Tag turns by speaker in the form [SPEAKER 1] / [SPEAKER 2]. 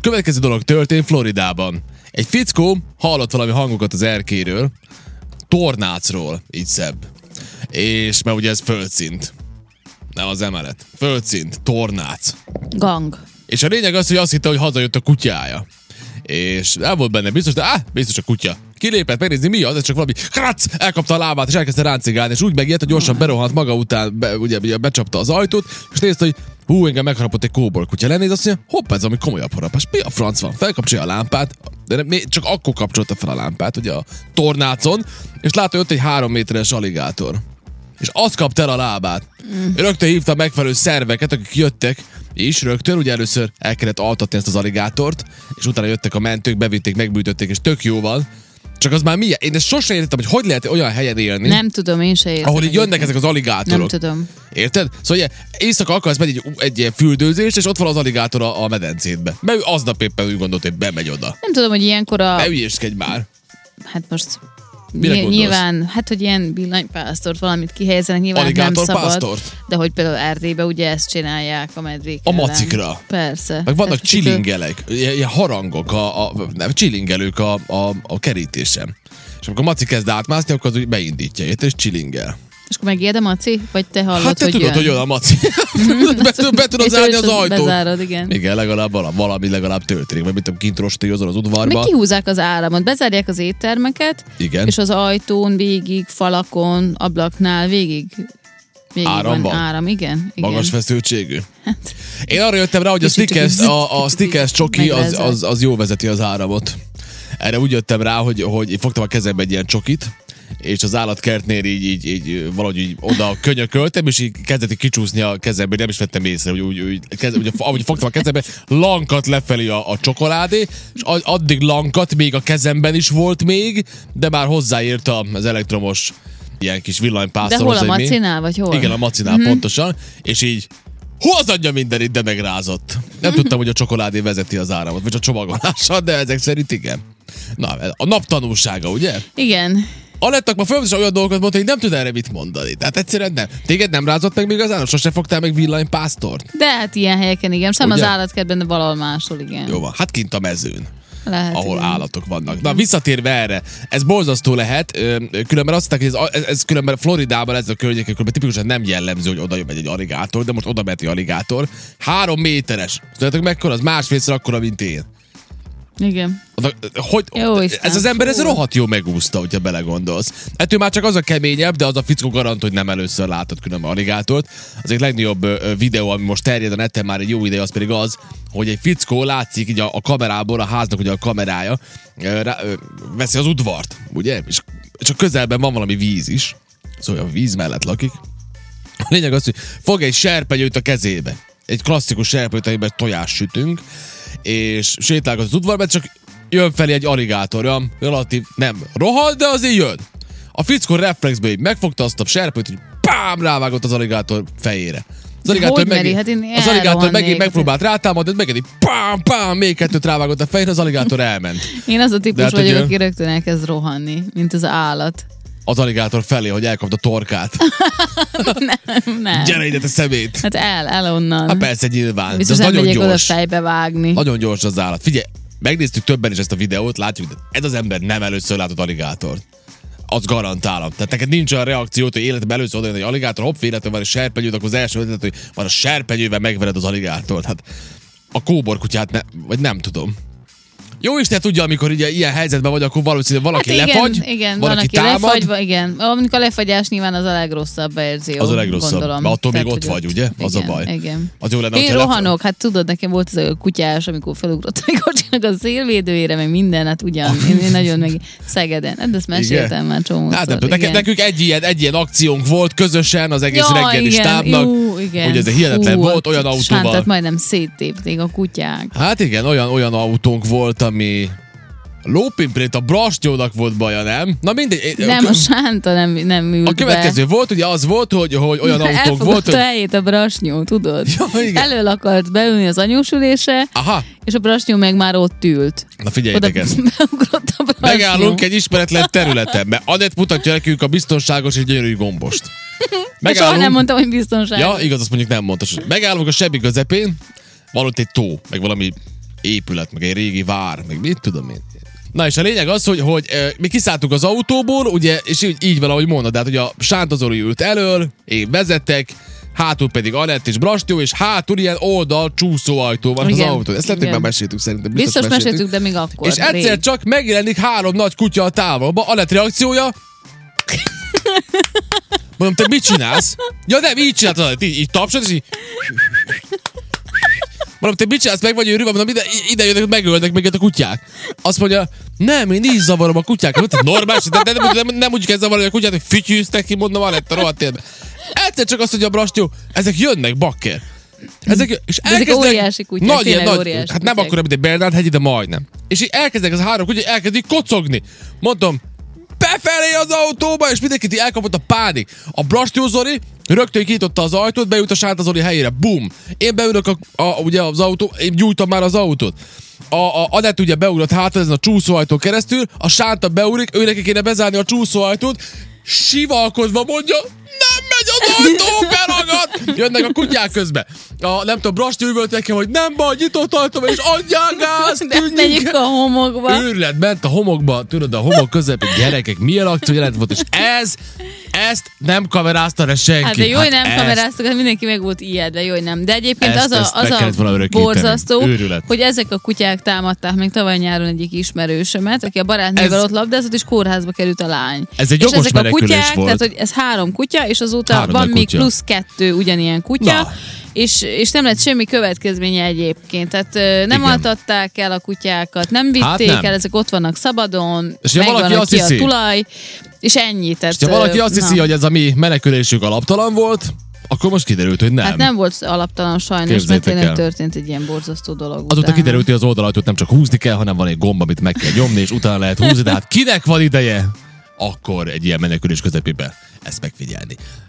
[SPEAKER 1] következő dolog történt Floridában. Egy fickó hallott valami hangokat az erkéről, tornácról, így szebb. És mert ugye ez földszint. Nem az emelet. Földszint, tornác.
[SPEAKER 2] Gang.
[SPEAKER 1] És a lényeg az, hogy azt hitte, hogy hazajött a kutyája. És el volt benne biztos, de á, biztos a kutya. Kilépett megnézni, mi az, ez csak valami kratz, elkapta a lábát, és elkezdte ráncigálni, és úgy megijedt, hogy gyorsan berohant maga után, be, ugye, ugye, becsapta az ajtót, és nézte, hogy hú, engem megharapott egy kóbor kutya. Lenéz azt mondja, hopp, ez ami komolyabb harapás. Mi a franc van? Felkapcsolja a lámpát, de nem, még csak akkor kapcsolta fel a lámpát, ugye a tornácon, és látta, hogy ott egy három méteres aligátor és azt kapta el a lábát. Mm. Rögtön hívta megfelelő szerveket, akik jöttek, és rögtön, ugye először el kellett altatni ezt az aligátort, és utána jöttek a mentők, bevitték, megbűtötték, és tök jó van. Csak az már milyen? Én ezt sosem értettem, hogy hogy lehet olyan helyen élni,
[SPEAKER 2] Nem tudom, én se érzem.
[SPEAKER 1] ahol így jönnek
[SPEAKER 2] egyébként.
[SPEAKER 1] ezek az aligátorok.
[SPEAKER 2] Nem tudom.
[SPEAKER 1] Érted? Szóval ugye, éjszaka akarsz menni egy, egy ilyen fürdőzést, és ott van az aligátor a, a medencétbe. Mert ő aznap éppen úgy gondolt, hogy bemegy oda.
[SPEAKER 2] Nem tudom, hogy ilyenkor a...
[SPEAKER 1] Ne ügyéskedj már.
[SPEAKER 2] Hát most...
[SPEAKER 1] Mire
[SPEAKER 2] ny-
[SPEAKER 1] gondolsz?
[SPEAKER 2] nyilván, hát hogy ilyen villanypásztort valamit kihelyezenek, nyilván nem
[SPEAKER 1] Alligátor
[SPEAKER 2] szabad.
[SPEAKER 1] pásztort?
[SPEAKER 2] De hogy például Erdélybe ugye ezt csinálják a medvék
[SPEAKER 1] A
[SPEAKER 2] ellen.
[SPEAKER 1] macikra.
[SPEAKER 2] Persze.
[SPEAKER 1] Meg vannak
[SPEAKER 2] Tehát, hogy ő-
[SPEAKER 1] csilingelek, ilyen ilyen harangok, a, a, nem, csilingelők a, a, a kerítésen. És amikor Maci kezd átmászni, akkor az úgy beindítja őt, és csilingel.
[SPEAKER 2] És akkor megijed a maci? Vagy te hallod,
[SPEAKER 1] hát te
[SPEAKER 2] hogy
[SPEAKER 1] tudod,
[SPEAKER 2] jön?
[SPEAKER 1] hogy jön a Maci. be, tud- be tudod
[SPEAKER 2] És
[SPEAKER 1] zárni
[SPEAKER 2] ő
[SPEAKER 1] az
[SPEAKER 2] tud-
[SPEAKER 1] ajtót.
[SPEAKER 2] Bezárod, igen.
[SPEAKER 1] Igen, legalább valami, valami legalább történik, vagy mit tudom, kint rostélyozol az
[SPEAKER 2] Meg
[SPEAKER 1] udvarba.
[SPEAKER 2] kihúzzák az áramot, bezárják az éttermeket,
[SPEAKER 1] Igen.
[SPEAKER 2] és az ajtón végig, falakon, ablaknál végig, végig
[SPEAKER 1] Áram
[SPEAKER 2] van,
[SPEAKER 1] van?
[SPEAKER 2] áram, igen. igen.
[SPEAKER 1] Magas feszültségű.
[SPEAKER 2] Hát,
[SPEAKER 1] Én arra jöttem rá, hogy a
[SPEAKER 2] Kicsit
[SPEAKER 1] stickers,
[SPEAKER 2] így
[SPEAKER 1] a, a stickers csoki az,
[SPEAKER 2] megvezet.
[SPEAKER 1] az, az jó vezeti az áramot. Erre úgy jöttem rá, hogy, hogy én fogtam a kezembe egy ilyen csokit, és az állatkertnél így, így, így valahogy így oda könyököltem, és így kezdett így kicsúszni a kezembe, nem is vettem észre, hogy úgy, úgy, kez, ugye, ahogy fogtam a kezembe, lankat lefelé a, a csokoládé, és a- addig lankat még a kezemben is volt még, de már hozzáért a- az elektromos ilyen kis
[SPEAKER 2] de
[SPEAKER 1] villanypásztorhoz.
[SPEAKER 2] hol a
[SPEAKER 1] hogy mi-
[SPEAKER 2] macinál, vagy hol?
[SPEAKER 1] igen, a macinál mm-hmm. pontosan, és így Hú, az adja mindenit, de megrázott. Nem tudtam, hogy a csokoládé vezeti az áramot, vagy a csomagolással, de ezek szerint igen. Na, a nap tanulsága, ugye?
[SPEAKER 2] igen.
[SPEAKER 1] Alettak ma folyamatosan olyan dolgokat mondta, hogy nem tud erre mit mondani. Tehát egyszerűen nem. Téged nem rázott meg még az áram, sose fogtál meg villanypásztort.
[SPEAKER 2] De hát ilyen helyeken igen, sem
[SPEAKER 1] Ugye?
[SPEAKER 2] az állatkertben, de valahol máshol igen.
[SPEAKER 1] Jó van, hát kint a mezőn.
[SPEAKER 2] Lehet,
[SPEAKER 1] ahol
[SPEAKER 2] igen.
[SPEAKER 1] állatok vannak. Na, visszatérve erre, ez borzasztó lehet, ö, ö, különben azt mondták, hogy ez, ez, ez különben Floridában ez a környék, különben tipikusan nem jellemző, hogy oda megy egy aligátor, de most oda megy egy aligátor. Három méteres. Tudjátok mekkora? Az másfélszer akkora, mint én.
[SPEAKER 2] Igen.
[SPEAKER 1] Oda- Hogy,
[SPEAKER 2] Jó Isten.
[SPEAKER 1] ez az ember ez
[SPEAKER 2] Fú.
[SPEAKER 1] rohadt jó megúszta, hogyha belegondolsz. Ettől már csak az a keményebb, de az a fickó garant, hogy nem először látott különben aligátort. Az egy legnagyobb ö, ö, videó, ami most terjed a neten már egy jó ideje, az pedig az, hogy egy fickó látszik így a, a kamerából, a háznak ugye a kamerája, ö, rá, ö, veszi az udvart, ugye? És csak közelben van valami víz is. Szóval a víz mellett lakik. A lényeg az, hogy fog egy serpenyőt a kezébe. Egy klasszikus serpenyőt, amiben tojást sütünk, és sétálgat az udvarban, csak jön felé egy aligátor, olyan relatív, nem rohad, de azért jön. A fickó reflexből így megfogta azt a serpenyőt, hogy pám, rávágott az aligátor fejére. Az aligátor,
[SPEAKER 2] Hogy meri?
[SPEAKER 1] megint,
[SPEAKER 2] Hát én
[SPEAKER 1] az aligátor megint
[SPEAKER 2] elrohannék.
[SPEAKER 1] megpróbált rátámadni, megint így pám, pám, még kettőt rávágott a fejére, az aligátor elment.
[SPEAKER 2] Én az a
[SPEAKER 1] De
[SPEAKER 2] típus
[SPEAKER 1] hát
[SPEAKER 2] vagyok,
[SPEAKER 1] ugye-
[SPEAKER 2] aki rögtön elkezd rohanni, mint az állat.
[SPEAKER 1] Az aligátor felé, hogy elkapta a torkát.
[SPEAKER 2] Nem.
[SPEAKER 1] Gyere ide, te szemét!
[SPEAKER 2] Hát el, el onnan.
[SPEAKER 1] Hát persze, nyilván. de
[SPEAKER 2] Biztos
[SPEAKER 1] az
[SPEAKER 2] nem
[SPEAKER 1] nagyon
[SPEAKER 2] megyek oda
[SPEAKER 1] gyors.
[SPEAKER 2] fejbe vágni.
[SPEAKER 1] Nagyon gyors az állat. Figyelj, megnéztük többen is ezt a videót, látjuk, de ez az ember nem először látott aligátort. Azt garantálom. Tehát neked nincs olyan reakciót, hogy életben először oda jön egy aligátor, hopp, életben van egy serpenyőd, akkor az első ötlet, hogy van a serpenyővel megvered az aligátort. Hát a kóborkutyát, ne, vagy nem tudom. Jó Isten tudja, amikor ugye ilyen helyzetben vagy, akkor valószínűleg valaki
[SPEAKER 2] hát igen,
[SPEAKER 1] lefagy,
[SPEAKER 2] igen, van,
[SPEAKER 1] valaki
[SPEAKER 2] aki
[SPEAKER 1] támad,
[SPEAKER 2] lefagy, igen. Amikor a lefagyás nyilván az a legrosszabb verzió.
[SPEAKER 1] az a legrosszabb.
[SPEAKER 2] Gondolom.
[SPEAKER 1] Mert attól még
[SPEAKER 2] Tehát,
[SPEAKER 1] ott
[SPEAKER 2] hogy
[SPEAKER 1] vagy, ugye? Az
[SPEAKER 2] igen,
[SPEAKER 1] a baj.
[SPEAKER 2] Igen.
[SPEAKER 1] Az jó lenne,
[SPEAKER 2] Én
[SPEAKER 1] hogyha lefagy-
[SPEAKER 2] rohanok, hát tudod, nekem volt ez a kutyás, amikor felugrott a kocsinak a szélvédőjére, meg minden, hát ugyan, én, én nagyon meg Szegeden. Hát ezt meséltem
[SPEAKER 1] Ah. Igen.
[SPEAKER 2] már csomószor.
[SPEAKER 1] Hát nem tudom, neked,
[SPEAKER 2] igen.
[SPEAKER 1] nekünk egy ilyen, egy ilyen akciónk volt közösen az egész
[SPEAKER 2] Ja,
[SPEAKER 1] reggeli
[SPEAKER 2] igen,
[SPEAKER 1] stábnak,
[SPEAKER 2] jú, igen.
[SPEAKER 1] hogy ez egy hihetetlen
[SPEAKER 2] Fú,
[SPEAKER 1] volt, olyan autóval.
[SPEAKER 2] Sántat majdnem széttépték a kutyák.
[SPEAKER 1] Hát igen, olyan, olyan autónk volt, ami lópimprét a Brastyónak volt baja, nem? Na mindegy. én-
[SPEAKER 2] Nem,
[SPEAKER 1] kö-
[SPEAKER 2] a sánta nem, nem ült
[SPEAKER 1] a következő volt, ugye az volt, hogy, hogy olyan
[SPEAKER 2] be.
[SPEAKER 1] autónk
[SPEAKER 2] Elfogott
[SPEAKER 1] volt,
[SPEAKER 2] a
[SPEAKER 1] hogy...
[SPEAKER 2] helyét a brasnyó, tudod?
[SPEAKER 1] Ja, igen.
[SPEAKER 2] Elől akart beülni az anyósülése,
[SPEAKER 1] Aha,
[SPEAKER 2] és a brasnyó meg már ott ült.
[SPEAKER 1] na figyeljétek ezt.
[SPEAKER 2] beugrott a brasnyó.
[SPEAKER 1] Megállunk egy ismeretlen területen, mert Anett mutatja nekünk a biztonságos és gyönyörű gombost.
[SPEAKER 2] De soha nem
[SPEAKER 1] Megállunk,
[SPEAKER 2] mondtam, hogy biztonság.
[SPEAKER 1] Ja, igaz, azt mondjuk nem mondta. sose. Megállunk a sebbi közepén, van ott egy tó, meg valami épület, meg egy régi vár, meg mit tudom én. Na és a lényeg az, hogy, hogy eh, mi kiszálltunk az autóból, ugye, és így, így van, ahogy mondod, tehát ugye a Sántazori ült elől, én vezetek, hátul pedig Anett és Brastó, és hátul ilyen oldal csúszó ajtó van hát
[SPEAKER 2] Igen,
[SPEAKER 1] az autó. Ezt nektek
[SPEAKER 2] igen.
[SPEAKER 1] már meséltük szerintem.
[SPEAKER 2] Biztos, meséltük, de még akkor.
[SPEAKER 1] És egyszer
[SPEAKER 2] rég.
[SPEAKER 1] csak megjelenik három nagy kutya a távolba, a lett reakciója. Mondom, te mit csinálsz? Ja nem, így csináltad, Anett, így, így tapsod, és így... Mondom, te mit csinálsz, meg vagy őrülve? Mondom, ide, ide jönnek, megölnek meg a kutyák. Azt mondja, nem, én így zavarom a kutyákat. Mondom, te normális, de, de nem, nem, nem, úgy kell zavarni a kutyát, hogy fütyűztek ki, mondom, Anett, a rohadt életbe. Egyszer csak azt mondja, Brastó, ezek jönnek, bakker. Ezek, és
[SPEAKER 2] Mm. Ezek
[SPEAKER 1] elkezdenek-
[SPEAKER 2] óriási kutyák,
[SPEAKER 1] ilyen
[SPEAKER 2] tényleg óriási
[SPEAKER 1] Hát nem
[SPEAKER 2] kutyák.
[SPEAKER 1] akkor mint egy Bernard hegy, de majdnem. És így elkezdek az a három kutya, elkezdik kocogni. Mondtam, befelé az autóba, és mindenkit így elkapott a pánik. A Brastó Zori rögtön kinyitotta az ajtót, beült a Sánta Zori helyére. Bum! Én beülök a, a, ugye az autó, én gyújtam már az autót. A, a Anett ugye beugrott hátra ezen a csúszóajtó keresztül, a Sánta beugrik, ő neki kéne bezárni a csúszóajtót, sivalkodva mondja, nem megy az ajtó, beragad! Jönnek a kutyák közbe. A, nem tudom, Brasti üvölt neki, hogy nem baj, nyitott ajtó, és adjál gáz,
[SPEAKER 2] De
[SPEAKER 1] tűnjünk
[SPEAKER 2] megyünk
[SPEAKER 1] el.
[SPEAKER 2] a homokba.
[SPEAKER 1] Őrület, ment a homokba, tudod, a homok közepén gyerekek, milyen akció jelent volt, és ez, ezt nem kamerázta le senki.
[SPEAKER 2] Hát de jó, hogy nem
[SPEAKER 1] ezt-
[SPEAKER 2] kameráztak, hát mindenki meg volt ijedve, jó, hogy nem. De egyébként
[SPEAKER 1] Ezt-
[SPEAKER 2] az a,
[SPEAKER 1] ezt
[SPEAKER 2] az
[SPEAKER 1] be kellett volna
[SPEAKER 2] a
[SPEAKER 1] örökíteni.
[SPEAKER 2] borzasztó,
[SPEAKER 1] Őrület.
[SPEAKER 2] hogy ezek a kutyák támadták még tavaly nyáron egyik ismerősömet, aki a barátnővel
[SPEAKER 1] Ez-
[SPEAKER 2] ott labdázott, és kórházba került a lány.
[SPEAKER 1] Ez egy
[SPEAKER 2] és
[SPEAKER 1] jogos
[SPEAKER 2] ezek a
[SPEAKER 1] menekülés
[SPEAKER 2] kutyák,
[SPEAKER 1] volt.
[SPEAKER 2] tehát hogy ez három kutya, és azóta
[SPEAKER 1] Három
[SPEAKER 2] van
[SPEAKER 1] nagy
[SPEAKER 2] még
[SPEAKER 1] kutya.
[SPEAKER 2] plusz kettő ugyanilyen
[SPEAKER 1] Na.
[SPEAKER 2] kutya, és, és nem lett semmi következménye egyébként. Tehát ö, nem
[SPEAKER 1] Igen. Hát
[SPEAKER 2] altatták el a kutyákat, nem vitték
[SPEAKER 1] nem.
[SPEAKER 2] el, ezek ott vannak szabadon,
[SPEAKER 1] És ha
[SPEAKER 2] megvan
[SPEAKER 1] valaki azt
[SPEAKER 2] aki a
[SPEAKER 1] hiszi-
[SPEAKER 2] tulaj, és ennyi. Tehát,
[SPEAKER 1] És ha valaki
[SPEAKER 2] ö,
[SPEAKER 1] azt
[SPEAKER 2] na.
[SPEAKER 1] hiszi, hogy ez a mi menekülésünk alaptalan volt, akkor most kiderült, hogy nem.
[SPEAKER 2] Hát nem volt alaptalan sajnos, mert
[SPEAKER 1] Képzeljétek
[SPEAKER 2] tényleg
[SPEAKER 1] el.
[SPEAKER 2] történt egy ilyen borzasztó dolog.
[SPEAKER 1] Azóta
[SPEAKER 2] utána.
[SPEAKER 1] kiderült, hogy az oldalajtót nem csak húzni kell, hanem van egy gomb, amit meg kell nyomni, és utána lehet húzni. De hát kinek van ideje akkor egy ilyen menekülés közepébe ezt megfigyelni?